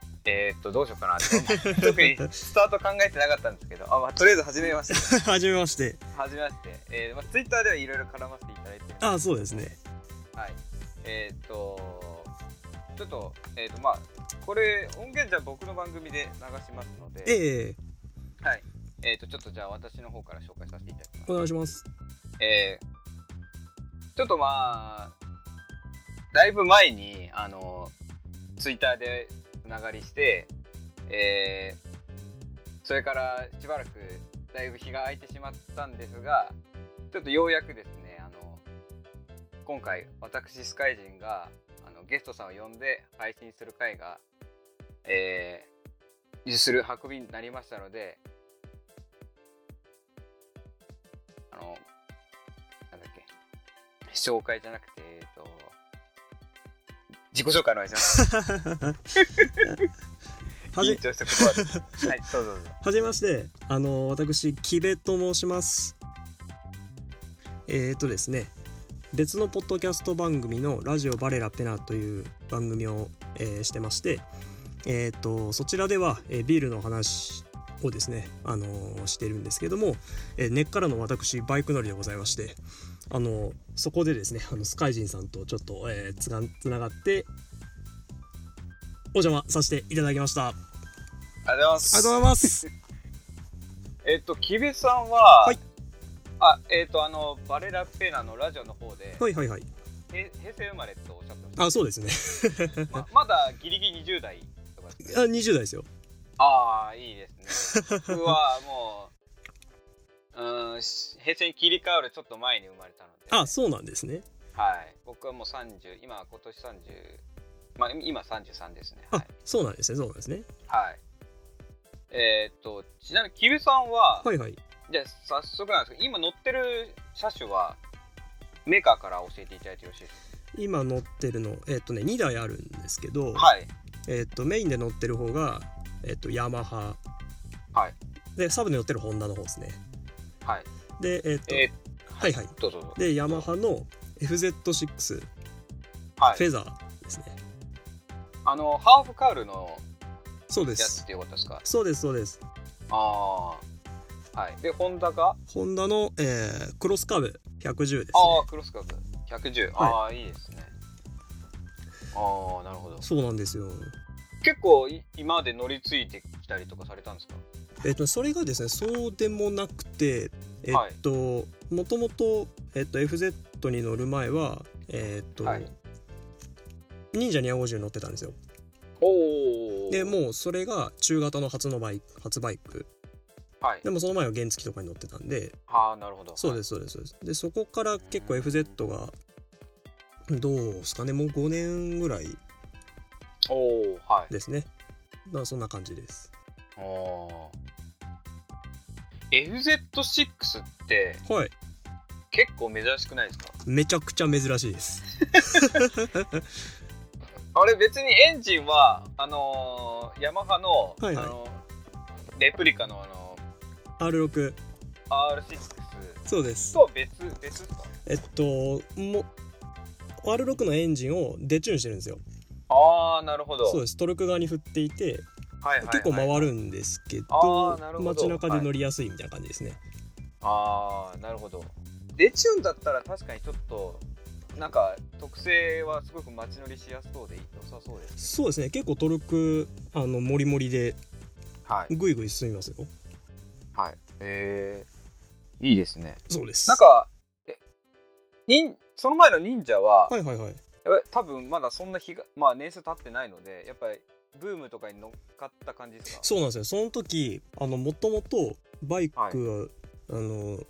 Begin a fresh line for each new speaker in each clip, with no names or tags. うしようかなって特にスタート考えてなかったんですけどあ、まあ、とりあえず始めまして
はじめまして
始めまして、えーまあ、ツイッターではいろいろ絡ませていただいて
ああそうですね
はいえーっとちょっとえーっとまあこれ音源じゃ僕の番組で流しますので
ええ
はいえーっとちょっとじゃあ私の方から紹介させていただきます
お願いします
えーちょっとまあだいぶ前にあのツイッターでつながりして、えーそれからしばらくだいぶ日が空いてしまったんですがちょっとようやくですねあの今回私スカイジンがあのゲストさんを呼んで配信する回が、えーする運びになりましたのであのなんだっけ紹介じゃなくてえっ、と自己紹介お願いします
は
緊
じ
張したことははい、そうそうぞ
はじめましてあの私木部と申しますえー、っとですね別のポッドキャスト番組の「ラジオバレラペナ」という番組を、えーしてまして、えー、とそちらでは、えービールの話をですね、あのーしてるんですけども、えー根っからの私バイク乗りでございまして、あのーそこでですねあのスカイジンさんとちょっと、えーつがつながってお邪魔させていただきましたあり
ありがとうございます。
がとうございます
えっと、木部さんは、
はい
あ、えっと、あの、バレラ・ペーナのラジオの方で、
はいはいはい
へ平成生まれとおっしゃってました。
あそうですね
ままだギリギリ20代とかです
あ
ね。
20代ですよ
ああ、いいです ね。僕はもう、うーん、し平成に切り替わるちょっと前に生まれたので、
あそうなんですね
はい。僕はもう30、今、今年30、まあ、今33ですね。は
あ
い。
そうなんですねそうなんですね
はい、えっと、ちなみに木部さんは、
はいはい
じゃあ早速なんですけど今乗ってる車種はメーカーから教えていただいてよろしいです
今乗ってるのえっ、とね2台あるんですけど、
かはい
えっ、とメインで乗ってる方がえっ、とヤマハ
はい
でサブで乗ってるホンダの方ですね
はい
でえっ、と、
え
はいはい
ー、どうぞどうぞ
でヤマハの FZ6 フ
はい
ェザーですね、
あのハーフカウルの
そうで
やつっ
す
ていうことですか
そうですそうです
ああはいでホンダが
ホンダの、えークロスカブ110です、ね、
ああクロスカブ110、ああいいですねああなるほど
そうなんですよ
結構い今まで乗り継いできたりとかされたんですか
えっと、それがですねそうでもなくてえ
はい
っともともと、えっと、FZ に乗る前はえっと、
はい
忍者250に乗ってたんですよ
おお
でもうそれが中型の初のバイク初バイク
はい
でもその前は原付とかに乗ってたんで
ああなるほど
そうですすそうですそうですでそこから結構 FZ がどうですかねもう5年ぐらい
おおはい
ですねだからそんな感じです
おー FZ6 って
はい
結構珍しくないですか
めちゃくちゃ珍しいです
あれ別にエンジンはあのーヤマハの、
はいはい
あのーレプリカの、あの
R6
ー R6
そうです
とは別別ですか
えっとも R6 のエンジンをデチューンしてるんですよ
ああなるほど
そうですトルク側に振っていて
はいはいはい
結構回るんですけど,、
あーなるほど
街中で乗りやすいみたいな感じですね、
ああなるほどデチューンだったら確かにちょっとなんか特性はすごく街乗りしやすそうで良さそうです
そうですね結構トルクあのモリモリで
はい
ぐいぐい進みますよ
はいえー、いいですね
そうです
なんか、え忍その前の忍者は、
はいはいはい
やっぱり多分まだそんな日が、まあ年数経ってないので、やっぱりブームとかに乗っかった感じですか
そうなんですよその時あのもともとバイクは、あの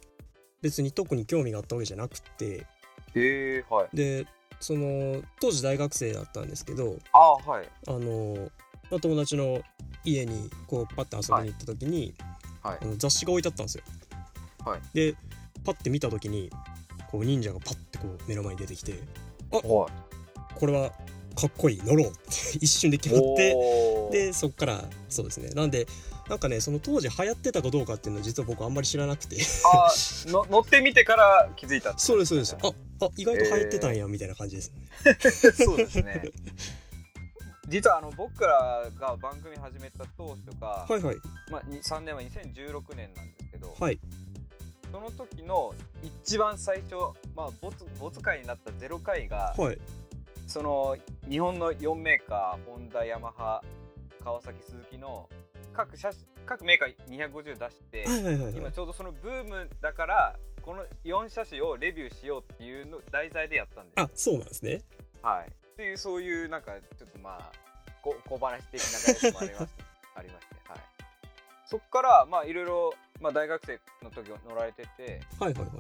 別に特に興味があったわけじゃなくて
へえ、はい。
でその当時大学生だったんですけど
ああ、はい。
あのまあ友達の家にこうパッて遊びに行った時に、
はい
あの雑誌が置いてあったんですよ。
はい
でパッて見た時にこう忍者がパッてこう目の前に出てきて
は
これはかっこいい乗ろうって 一瞬で決まって
で、
でそっからそうですねなんでなんかねその当時流行ってたかどうかっていうのは実は僕あんまり知らな くて
あーの乗ってみてから気 づいたって
そうですそうですああ意外と流行ってたん
へ
やみたいな感じです、
そうですね。実はあの僕らが番組始めた当初が、
はいはい
まあ、に3年前2016年なんですけど、
はい
その時の一番最初、まあ、ボツボツ回になった0回が、
はい
その日本の4メーカーホンダヤマハ川崎鈴木の各車種各メーカー250出して、
はいはいはいは
今
い
ちょうどそのブームだからこの4車種をレビューしようっていうの題材でやったんです
あそうなんですね
はい、っていうそういうなんかちょっとまあこ小話的なやつもありましてありまして、 はい、そっからまあいろいろ、まあ、大学生の時乗られてて
はいはいはい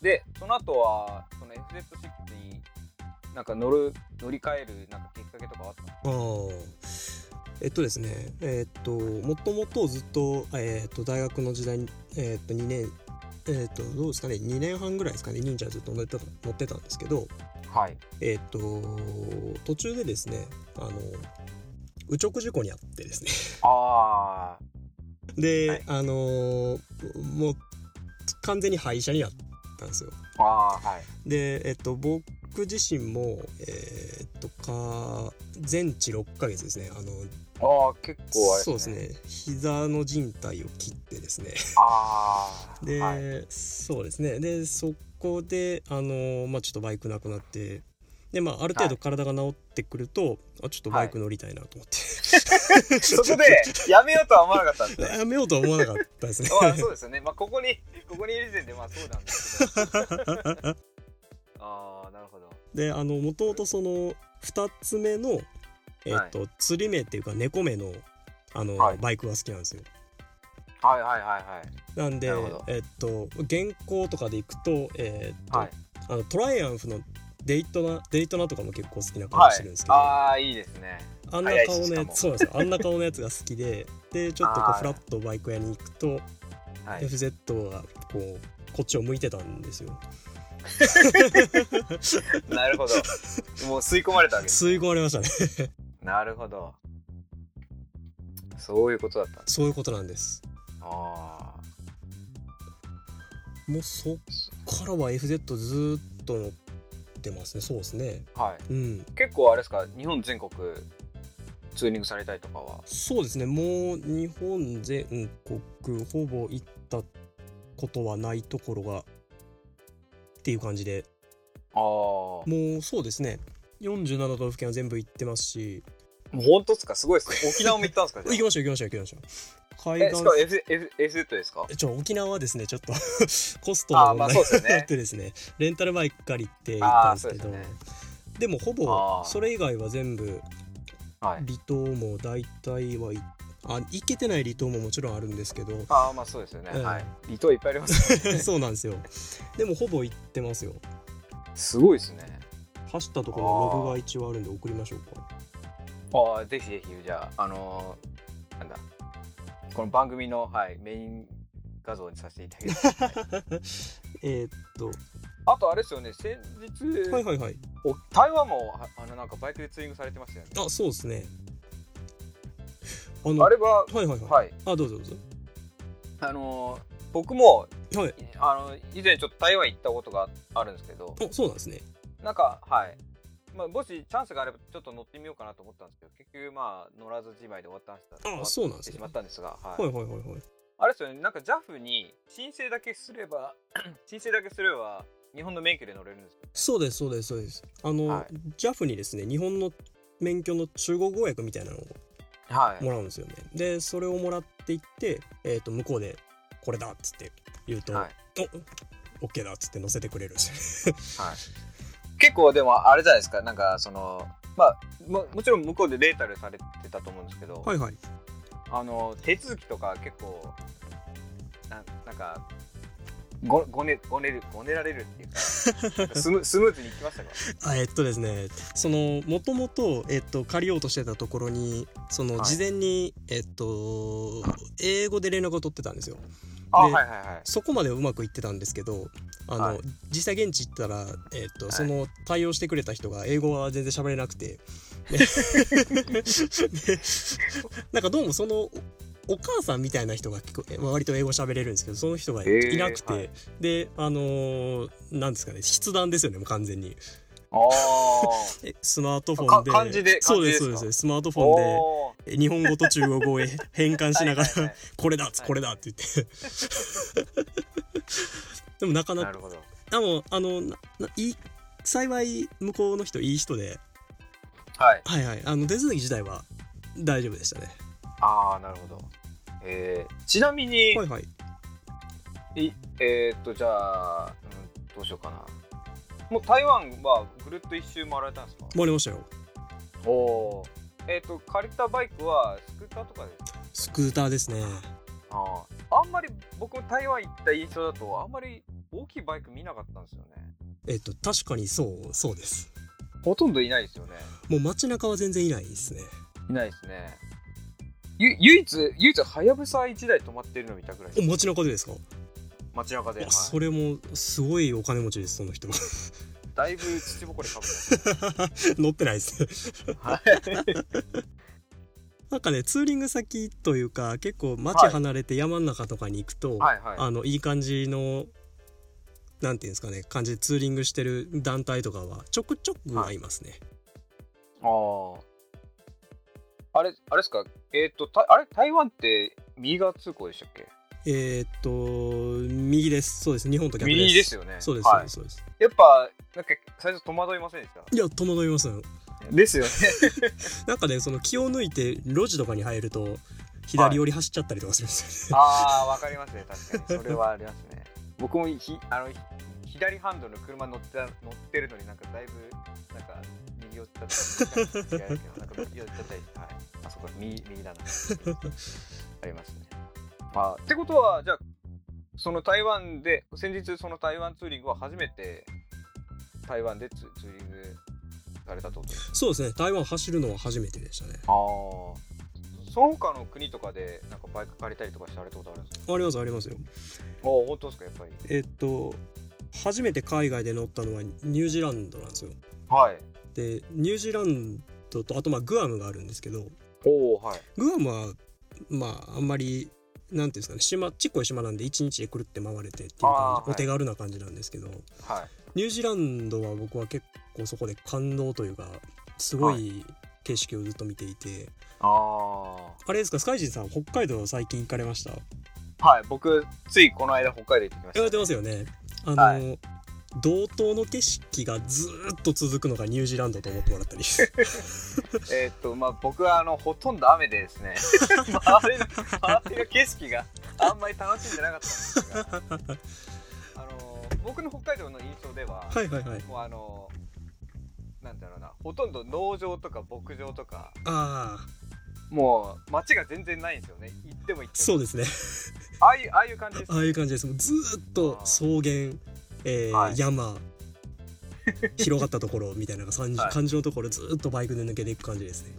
でその後はその FZ6 になんか乗る乗り換えるなんかきっかけとかはあったの
あーえっとですねえーっともともとずっと,、えーっと大学の時代に、えーっと2年えーっとどうですかね2年半ぐらいですかね忍者ずっと乗ってた乗ってたんですけど
はい
えーっと途中でですねあの右直事故にあってですね
あ
で、
はい
あのーもう完全に廃車になったんですよ
ああーはい
でえっと僕自身もえーっとか全治6ヶ月ですねあの
ああ結
そうですね膝の靭帯を切ってです ね
ああ
で、そうですねでそこであのーまあちょっとバイクなくなってでまあある程
は
度
い
体が治ってくると、あちょっとバイク乗りたいなと思って、
そこでやめようとは思わなかったんですね
やめようとは思わなかっ たですね
まあそうですよね。まあここにここにいる時点でまあそうなんですけど。 ああなるほど。
であのもともとその2つ目の、えっと釣り目っていうか猫目のあの、
はい
バイクが好きなんですよ
はいはいはいはい。
なんで
なるほど
えっと現行とかで行くと,、えっと
はい
あのトライアンフのデイトナデイトナとかも結構好きな顔
は
してる
い
んです。けど、
ああいいですね。
あんな顔のやつそうなんですよあんな顔のやつが好きででちょっとこ
あ
う
ー
フラッとバイク屋に行くと
はい。
FZ がこうこっちを向いてたんですよ
なるほど。もう吸い込まれたわけです。
吸い込まれましたね
なるほど。そういうことだったんです。
そういうことなんです
あ
もうそっからは FZ ずーっと乗ってますねそうですね
あはい。
うん
結構あれですか日本全国ツーリングされたりとかは。
そうですねもう日本全国ほぼ行ったことはないところがっていう感じで
ああ。も
もうそうですね47都道府県は全部行ってますし
う本当ですかすごい ですね。沖縄も行ったんですか。じゃあ
行きましょう行きましょう行きましょう海
え、
岸
しかも F F F Z ですか。
ちょ沖縄はですねちょっと コスト
ああ
の
ま
問
あ
題
そうですよ
があっ
ね。
てですねレンタルバイク借りて行ったんですけ
あ
ど
ーそう
で
ですね
もほ
あ
ぼ
ー
それ以外は全部
はい。
離島も大体はいあ行けてない離島ももちろんあるんですけど
ああまあそうですよね、
うん
はい離島いっぱいありますからね
そうなんですよでもほぼ行ってますよ
すごいですね
走ったところのログが一応あるんで送りましょうか
ああぜひぜひじゃああのーなんだこの番組の、はい、メイン画像にさせていただき ます
えーっと
あとあれですよね先日、
はいはいはい
お台湾もああのなんかバイクでツーリングされてましたよね
あそうですねあの
あれは
はいはいはい、
はい
あどうぞどうぞ
あのー僕も
はい
あの以前ちょっと台湾行ったことがあるんですけど
おそうなんですね
なんかはいまあ、もしチャンスがあればちょっと乗ってみようかなと思ったんですけど結局まあ乗らずじまいで終わったんです
あそうなんですね
しまったんですが、はい
はいはいはいはい
あれですよね、なんか JAF に申請だけすれば、 申請だけすれば、日本の免許で乗れるんですよ。
そうですそうですそうですあの、
は
JAF にですね日本の免許の中国語訳みたいなのを
は
もらうんですよね、でそれをもらっていって、えー、と向こうで「これだ」っつって言うと「
はい
お OK だ」っつって載せてくれるんです
結構でもあれじゃないですか、なんかその、まあ、ももちろん向こうでレータルされてたと思うんですけど、
よはいはい
あの手続きとか結構、ななんか、ごごねごねるごねられるっていうか なんかスムスムーズにいきましたか
あえっとですねそのもともと、えっと、借りようとしてたところにその
はい
事前に、えっと英語で連絡を取ってたんですよ
あは
で
いはいはい
そこまではうまくいってたんですけどあの、
はい
実際現地行ったら、えっと
はい
その対応してくれた人が英語は全然喋れな くて、ででなんかどうもそのおお母さんみたいな人が結構え割と英語喋れるんですけどその人が
へー
いなくて、
はい
であのーなんですかね筆談ですよねもう完全に
ああ。
えスマートフォンで
か漢字で
そうですそう
漢字ですか
ですスマートフォンで
おー
日本語と中国語へ変換しなが
は
ら
いはいはい
これだ
い
これだって言って でもなかな
な
か
るほど。
でもあのなないい幸い向こうの人いい人で
はい。
はいはいあの手続き自体は大丈夫でしたね
ああ、なるほど。えー、ちなみに、
はいはい
いえー、っと、じゃあ、うん、どうしようかな。もう台湾はぐるっと一周回られたんですか
回りましたよ
おおー。えー、っと、借りたバイクはスクーターとかですか
スクーターですね
あーあんまり僕も台湾行った印象だと、あんまり大きいバイク見なかったんですよね。
えっと確かにそうそうです
ほとんどいないですよね。
もう街中は全然いないですね
いないですね。ゆ唯一、唯一、はやぶさ1台止まってるの見たぐらい
お。街中でですか、
街中で。
い
は
や
い、
それもすごいお金持ちですその人
だいぶ土ぼこりかぶってます
乗ってないですね
はい。
なんかねツーリング先というか結構街
はい
離れて山の中とかに行くと、
はいはい。
あのいい感じのなんていうんですかね感じでツーリングしてる団体とかはちょくちょくはいますね、
ああ。あれ、あれですか、えっ、と、たあれ、台湾って右側通行でしたっけ
えーっと右ですそうです日本と逆です
右ですよね。
そうです、
は
そうですそう
い、やっぱ、なんか、最初戸惑いませんでした
ですいや戸惑いますよ
ですよね。
なんかねその気を抜いて路地とかに入ると左寄り走っちゃったりとかするんですよね、
ああ、わかりますね、確かに。それはありますね。 僕もひあのひ左ハンドルの車乗ってた乗ってるのになんかだいぶなんか右寄っちゃったりいやいやなんか右寄っちゃったりはいあそこ右右だなありますね あってことはじゃあその台湾で先日その台湾ツーリングは初めて台湾でツツーリングされたってことですか
そうですね台湾走るのは初めてでしたね
ああその他の国とかでなんかバイク借りたりとかしてあれたことあるんですか
ありますありますよ
ああ本当ですかやっぱり
えっと初めて海外で乗ったのはニュージーランドなんですよ
はい
でニュージーランドとあとまあグアムがあるんですけど
おおはい
グアムはまああんまりなんていうんですかね島ちっこい島なんで一日でくるって回れてっていう感じ、
あーはい
お手軽な感じなんですけど
はい
ニュージーランドは僕は結構そこで感動というかすご
はい
景色をずっと見ていて、
あ
あれですかスカイジンさん北海道最近行かれました
あはい僕ついこの間北海道行ってきました、
言われてますよねあの、
は
同等の景色がずーっと続くのがニュージーランドと思ってもら ったり
えーっとまあ僕はあのほとんど雨でです ね周りの周りの景色があんまり楽しんでなかったんですが あの僕の北海道の印象では、
はいはいはい
もうあのなんだろうなほとんど農場とか牧場とか
ああ
もう街が全然ないんですよね行っても行って
そ
も
うですね
ああいうああいう感じです
ああいう感じですもうずーっと草原、えー
はい
山広がったところみたいなのが感じ,、
はい
感じのところずーっとバイクで抜けていく感じですね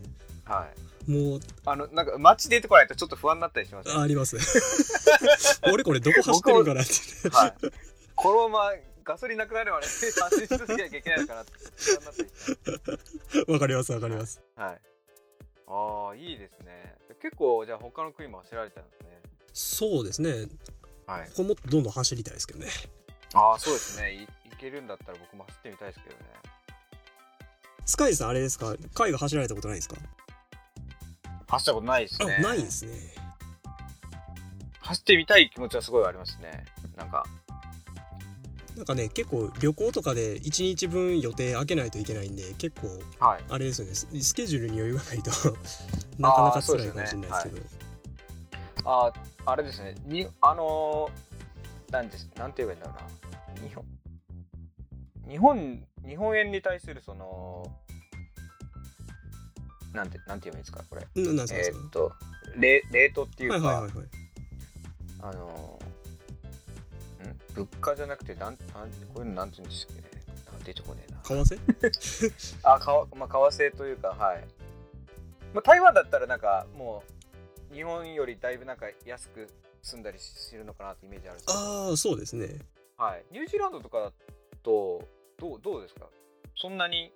はい
もう
あのなんか街出てこないとちょっと不安になったりしますね
あります 俺これどこ走ってるんかなって
はい、このままガソリンなくなるまで 走り続けなきゃいけないのかなって不安になってき
わかりますわかります
たはいああいいですね結構じゃあ他の国も走られたんですね
そうですね
はい
ここもっとどんどん走りたいですけどね
ああそうですねいいけるんだったら僕も走ってみたいですけどね
スカイさんあれですか海外走られたことないですか
走ったことないです
あ
ね
ないですね
走ってみたい気持ちはすごいありますねなんか
なんかね結構旅行とかで1日分予定開けないといけないんで結構
はい
あれですよねススケジュールに余裕がな いとなかなか辛いかもしれないですけど
あああれですねにあのーなんですなんて言えばいいんだろうな日本日本日本円に対するそのなんてなんて言えばいいんですかこれ
ななんです
え
か
ーっとレレートっていうか、
はいはいはいはい
あのーん物価じゃなくてなんなんこういうのなんて言うんですっけねあ出てこねえな
為替
あかわまあ為替というかはい、まあ、台湾だったらなんかもう日本よりだいぶなんか安く住んだりするのかなってイメージあるんですけど
ああそうですね
はい、ニュージーランドとかだとどうどうですかそんなに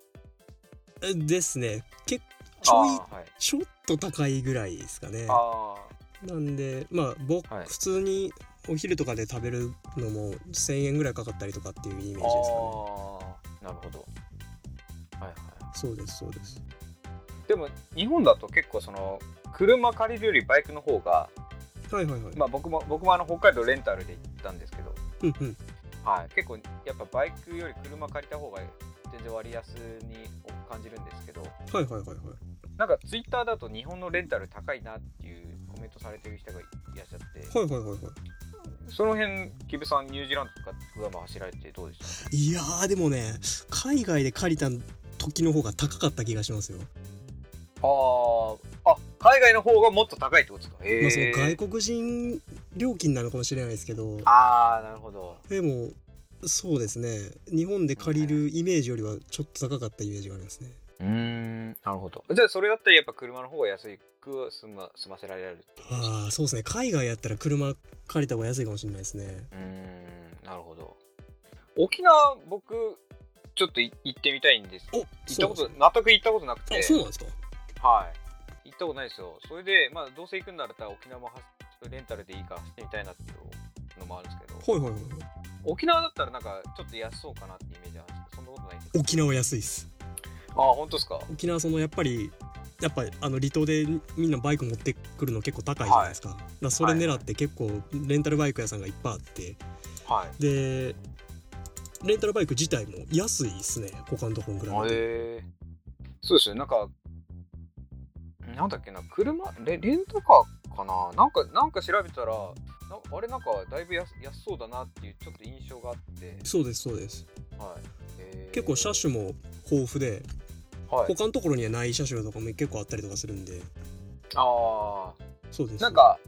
えですねけち
あ
ょ
ー
い
はい
ちょっと高いぐらいですかね
あ
なんでまあ僕、
はい
普通にお昼とかで食べるのも1000円ぐらいかかったりとかっていうイメージ
ー
ですかね
あーなるほど
はいはい
そうですそうです
でも日本だと結構その車借りるよりバイクの方が、
はいはいはい、
まあ、僕も僕もあの北海道レンタルで行ったんですけど、
うんうん
はい、結構やっぱバイクより車借りた方が全然割安に感じるんですけど
はいはいはいはい
なんかツイッターだと日本のレンタル高いなっていうコメントされてる人がいらっしゃって
はいはいはいは
その辺木部さんニュージーランドとかグアム走られてどうでした
いいやーでもね海外で借りた時の方が高かった気がしますよ、
あーあ海外の方がもっと高いってことですか
まあ、その
え
外国人料金なのかもしれないですけど
ああなるほど
でもそうですね日本で借りるイメージよりはちょっと高かったイメージがありますね
うーんなるほどじゃあそれだったらやっぱ車の方が安く済ま済ませられる
ああそうですね海外やったら車借りた方が安いかもしれないですね
うーんなるほど沖縄僕ちょっとい行ってみたいんです
お
行ったこと
そう
全く行ったことなく
なん
て
ですあそうなんですか
はい行ったことないですよそれでまあどうせ行くんなら沖縄も走レンタルでいいから走ってみたいなっていうのもあるんですけど
はいはいはい
沖縄だったらなんかちょっと安そうかなってイメージあるんですけどそんなことないです
沖縄安いっす
あ本当ですか
沖縄そのやっぱりやっぱあの離島でみんなバイク持ってくるの結構高いじゃないですか,、だからそれ狙って結構レンタルバイク屋さんがいっぱいあって
はい
でレンタルバイク自体も安いっすね他のところに比べて、
へえそうですねなんかなんだっけな車レレンタカーかななんかなんか調べたらなあれなんかだいぶ安安そうだなっていうちょっと印象があって、
そうですそうです
はいへー
結構車種も豊富で
はい、
他のところにはない車種とかも結構あったりとかするんで
あ
そうで
あ
す
なんか、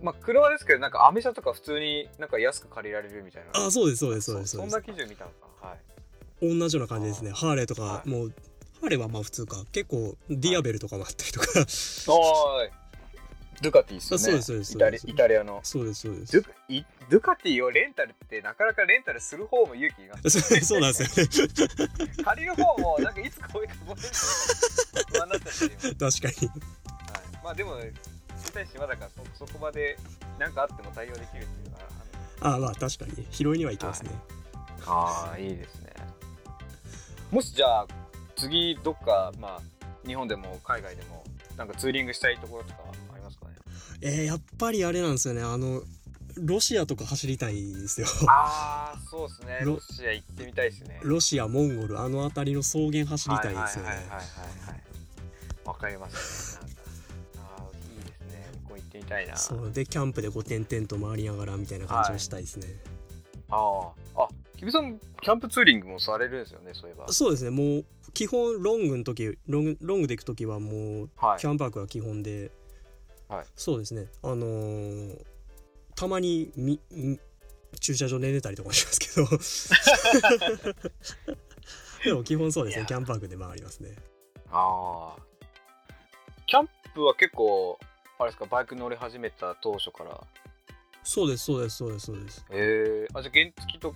まあ、車ですけどなんかアメ車とか普通になんか安く借りられるみたいな
あそうですそうですそうです
そ
そうんです
な記事を見たのかなはい
同じような感じですねハーレーとか、
はい
もうハーレーはまあ普通か結構ディアベルとかもあったりとか、
おーいドゥカティっすよね
あそうですそうです
イ
そう
タ
で
リ
す
イタリアの
そうですそうです
ドゥカイドゥカティをレンタルってなかなかレンタルする方も勇気が
そう そうなんですよね
借りる方もなんかいつか追いかぶれる不安だったし、今
確かに
はい、まあでも小さい島だからそ そこまで何かあっても対応できるっていうのは
あまあ確かに拾いにはいきますね、
ああいいですねもしじゃあ次どっかまあ日本でも海外でもなんかツーリングしたいところとかありますかね
えーやっぱりあれなんですよねあのロシアとか走りたいんですよ
ああそうですね
ロ
ロシア行ってみたいですね
ロシアモンゴルあの辺りの草原走りたいんですよ
はいはいはいは
ね
いはいはいわかりますねなんかああいいですねここ行ってみたいな
そうでキャンプでこう点々と回りながらみたいな感じをしたいですね、
あああキムさんキャンプツーリングもされるんですよねそういえば
そうですねもう基本ロングの時ロングロングで行く時はもう
はい
キャンパークが基本で、
はい
そうですねあのーたまにみみ駐車場で寝たりとかもしますけど でも基本そうです
い
ね
や
キャンパークで回りますね
ああキャンプは結構あれですかバイク乗り始めた当初から
そうですそうですそうですそうです
へえあじゃあ原付と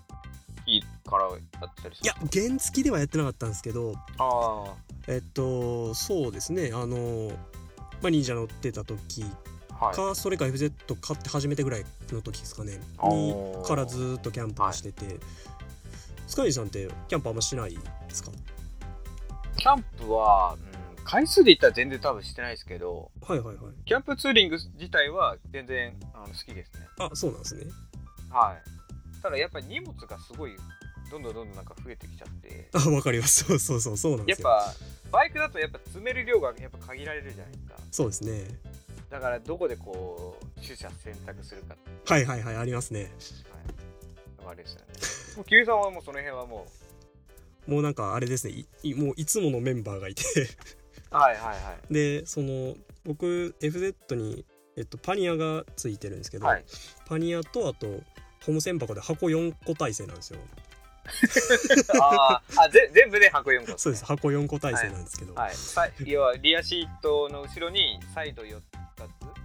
きからやったりする
いや原付ではやってなかったんですけど
あ
えっとそうですねあのーまあ、忍者乗ってた時
あはい
か、それか FZ 買って初めてぐらいの時ですかね
あ
に
ー
からずっとキャンプをしてて、スカイジさんってキャンプあんましないですか
キャンプは、うん、回数で言ったら全然多分してないですけど
はいはいはい
キャンプツーリング自体は全然あの好きですね
あそうなんですね
はいただやっぱり荷物がすごいどんどんどんどんなんか増えてきちゃって
あわかりますそうそうそうそうなんで
やっ
すよ
ぱバイクだとやっぱ詰める量がやっぱ限られるじゃないですか
そうですね
だからどこでこう取捨選択するかっていう
はいはいはいありますね
のがあれですよねもうキリさんはもうその辺はも
もうなんかあれですねいいもういつものメンバーがいて
うはいはいはい
でその僕 FZ に、えっと、パニアがついてるんですけど、
はい
パニアとあとホーム船箱で箱4個体制なんですよ
あーあぜ全部で箱4個、ね、
そうです箱4個体制なんですけど、
はいさ要はリアシートの後ろにサイド4つ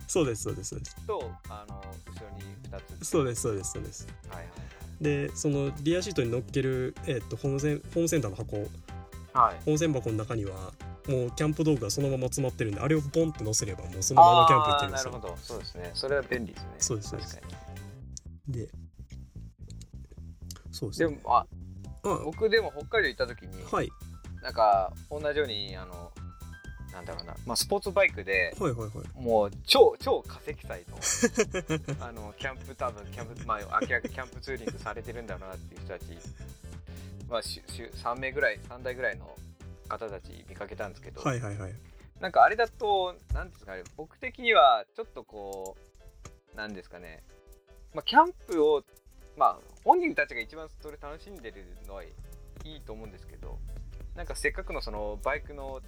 そうですそうですそうです
とあの後ろに2つ
そうですそうですそうです
はい
でそのリアシートに乗っける、えっとホームセンホームセンターの箱ホ
はいはい
ームセン箱の中にはもうキャンプ道具がそのまま詰まってるんであれをポンって乗せればもうそのままキャンプ行ってるんです
あーな
よ
るほどそうですねそれは便利ですね
そうですそうです
確かに
でそうです
で
ね
もあ
あ
僕でも北海道行った時に、
はい
なんか同じようにあのなんだろうな、まあ、スポーツバイクで
はいはいはい
もう超超化石祭の あのキャンプ多分キャンプまあ明らかにキャンプツーリングされてるんだろうなっていう人たち、まあ、しし3名ぐらい3台ぐらいの方たち見かけたんですけど、
はいはいはい
なんかあれだとなんですかね僕的にはちょっとこうなんですかね、まあ、キャンプをまあ本人たちが一番それ楽しんでるのはいいと思うんですけどなんかせっかくのそのバイクの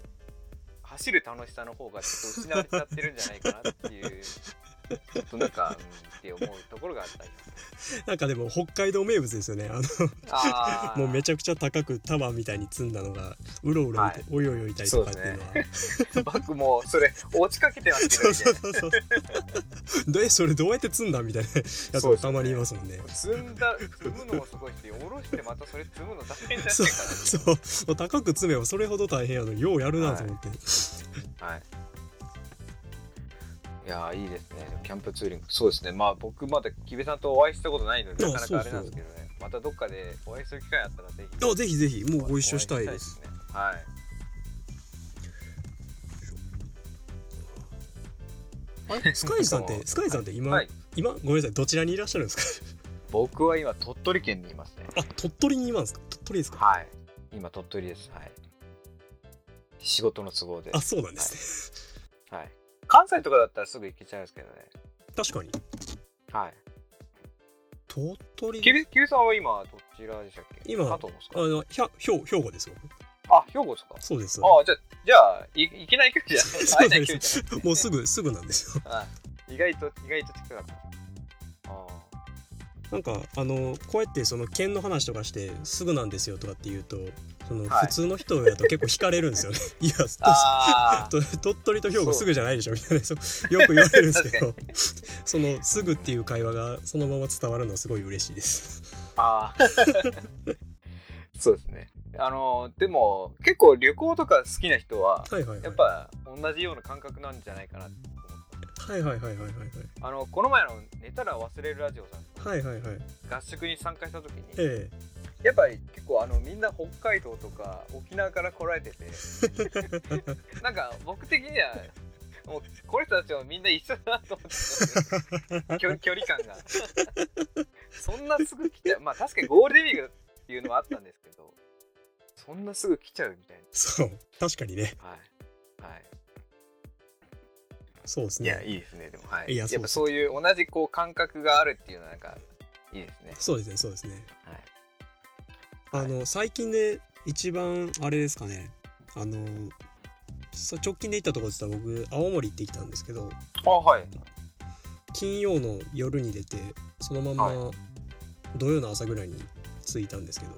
走る楽しさの方がちょっと失われちゃってるんじゃないかなっていうちょっとなんか、うん、って思うところがあったり
なんかでも北海道名物ですよねあの
あー
もうめちゃくちゃ高くタワーみたいに積んだのがうろうろいた、
はい
およおよいたりとかっていうのは
バッグもうそれ落ちかけてますけ
そ
ど、ね、
うそうそうそう でそれどうやって積んだみたいなや
そ
つ
うで
も
すよね
たまにいますもんね
積んだ積むのもすごいし下ろしてまたそれ積むの大変じゃない
そう
かな
そうそう高く詰めばそれほど大変やのにようやるなと思って、
はい。いやーいいですね。キャンプツーリング。そうですね。まあ僕まだ木部さんとお会いしたことないので
あ
なかなかあ
そうそ
れ
う
なんですけどね。またどっかでお会いする機会あったらぜひ。
あぜひぜひもうご一緒したいです。
ね。はい。
あれスカイジさんっ
なん
て
か
スカイジさんって今、
はい。
今ごめんなさいどちらにいらっしゃるんですか
僕は今鳥取県にいますね。
あ鳥取にいますか鳥取ですか
はい。今鳥取です。はい。仕事の都合で。
あそうなんです
はい。関西とかだったらすぐ行けちゃうんですけどね。
ね、確かに
はい。
鳥
木
取
部木部さんは今どちらでしたっけ？
今
加藤です
あ
か？
のひゃ兵兵庫ですよ
あ兵庫ですか？
そうです
ああ、じゃあ、じゃあ、いいけない距離じゃない。
そう
会えな
で
い距離じ
す
ゃない。
もうすぐすぐなんですよ
はい意外と、意外と近かった。あ
なんかあのこうやってその県の話とかしてすぐなんですよとかって言うとその
はい
普通の人だと結構惹かれるんですよね、 い、や
あ。あ
と 鳥取と兵庫すぐじゃないでしょみたいなそうよく言われるんですけど その「すぐ」っていう会話がそのまま伝わるのはすごい嬉しいです。
あ。ああ。そうですね。あの、でも、結構旅行とか好きな人は、
はいはいはい、
やっぱ同じような感覚なんじゃないかなって思った。
はいはいはいはいはい
あの、この前の寝たら忘れるラジオさん、
はいはいはいはい
合宿に参加した時に、
え
やっぱり結構あのみんな北海道とか沖縄から来られて てなんか僕的にはもうこの人たちもみんな一緒だなと思って 距距離感が そんなすぐ来ちゃうまあ確かにゴールデンウィークっていうのはあったんですけどそんなすぐ来ちゃうみたい
そう確かにね
なはいはい
そうです
いや
ね
いいですねでもはい
い
や
や
っぱそういう同じこう感覚があるっていうのはなんかいいですね
そうですねそうですね
はい
あの最近で一番あれですかねあのさ直近で行ったところって言ったら僕青森行ってきたんですけど
あはい
金曜の夜に出てそのまんま土曜の朝ぐらいに着いたんですけど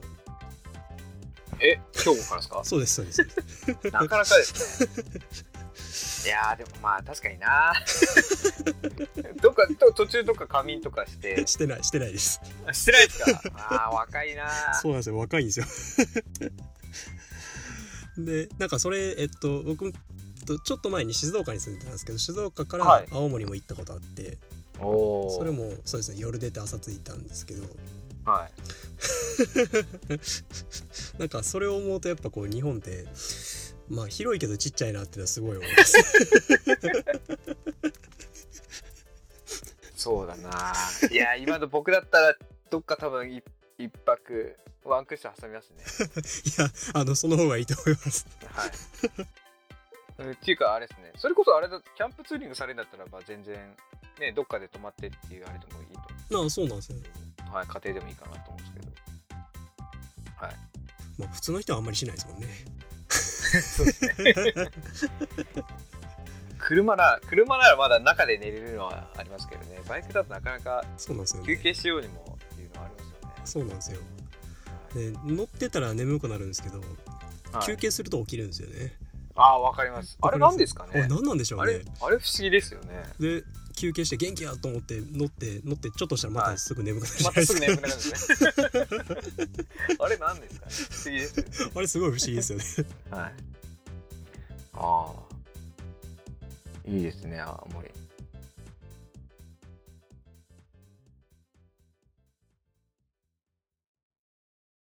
え兵庫からですか
そうですそうです
なかなかです ね。いやーでもまあ確かに な。どっかと途中どっか仮眠とかして
してないしてないです
あしてないですか。ああ若いな。
そうなんですよ若いんですよ でなんかそれえっと僕とちょっと前に静岡に住んでたんですけど静岡か
は
ら
い
青森も行ったことあって、
おお。
それもそうですね夜出て朝着いたんですけど
はい。
なんかそれを思うとやっぱこう日本ってまあ広いけどちっちゃいなっていうのはすごい思います
そうだな。いやー今の僕だったらどっか多分一一泊ワンクッション挟みますね。
いやあのその方がいいと思います
はい。うんっていうかあれですね。それこそあれだキャンプツーリングされるんだったらば全然ねどっかで泊まってっていうあれでもいいと
なあそうなんですよ
思う。はい家庭でもいいかなと思うんですけど。はい。
まあ普通の人はあんまりしないですもんね
車な車ならまだ中で寝れるのはありますけどねバイクだとなかなか
そうなんですよ
休
ね
憩しようにもっていうのはあります
そうなんですよ
よね、
で乗ってたら眠くなるんですけど、
はい
休憩すると起きるんですよね
ああわかりますあれなんですか
あれ
ね
何なんでしょ
あ
う
れ
ね
あれ不思議ですよ ね
で休憩して元気やと思って乗って乗ってちょっとしたらま
は
た
い
すぐ眠くなるじゃ
ま
ない
た
ですす
ぐ
か、
眠くなるんです ねあれなんですかね不思議ですよね
あれすごい不思議ですよね
はいああいいですね青森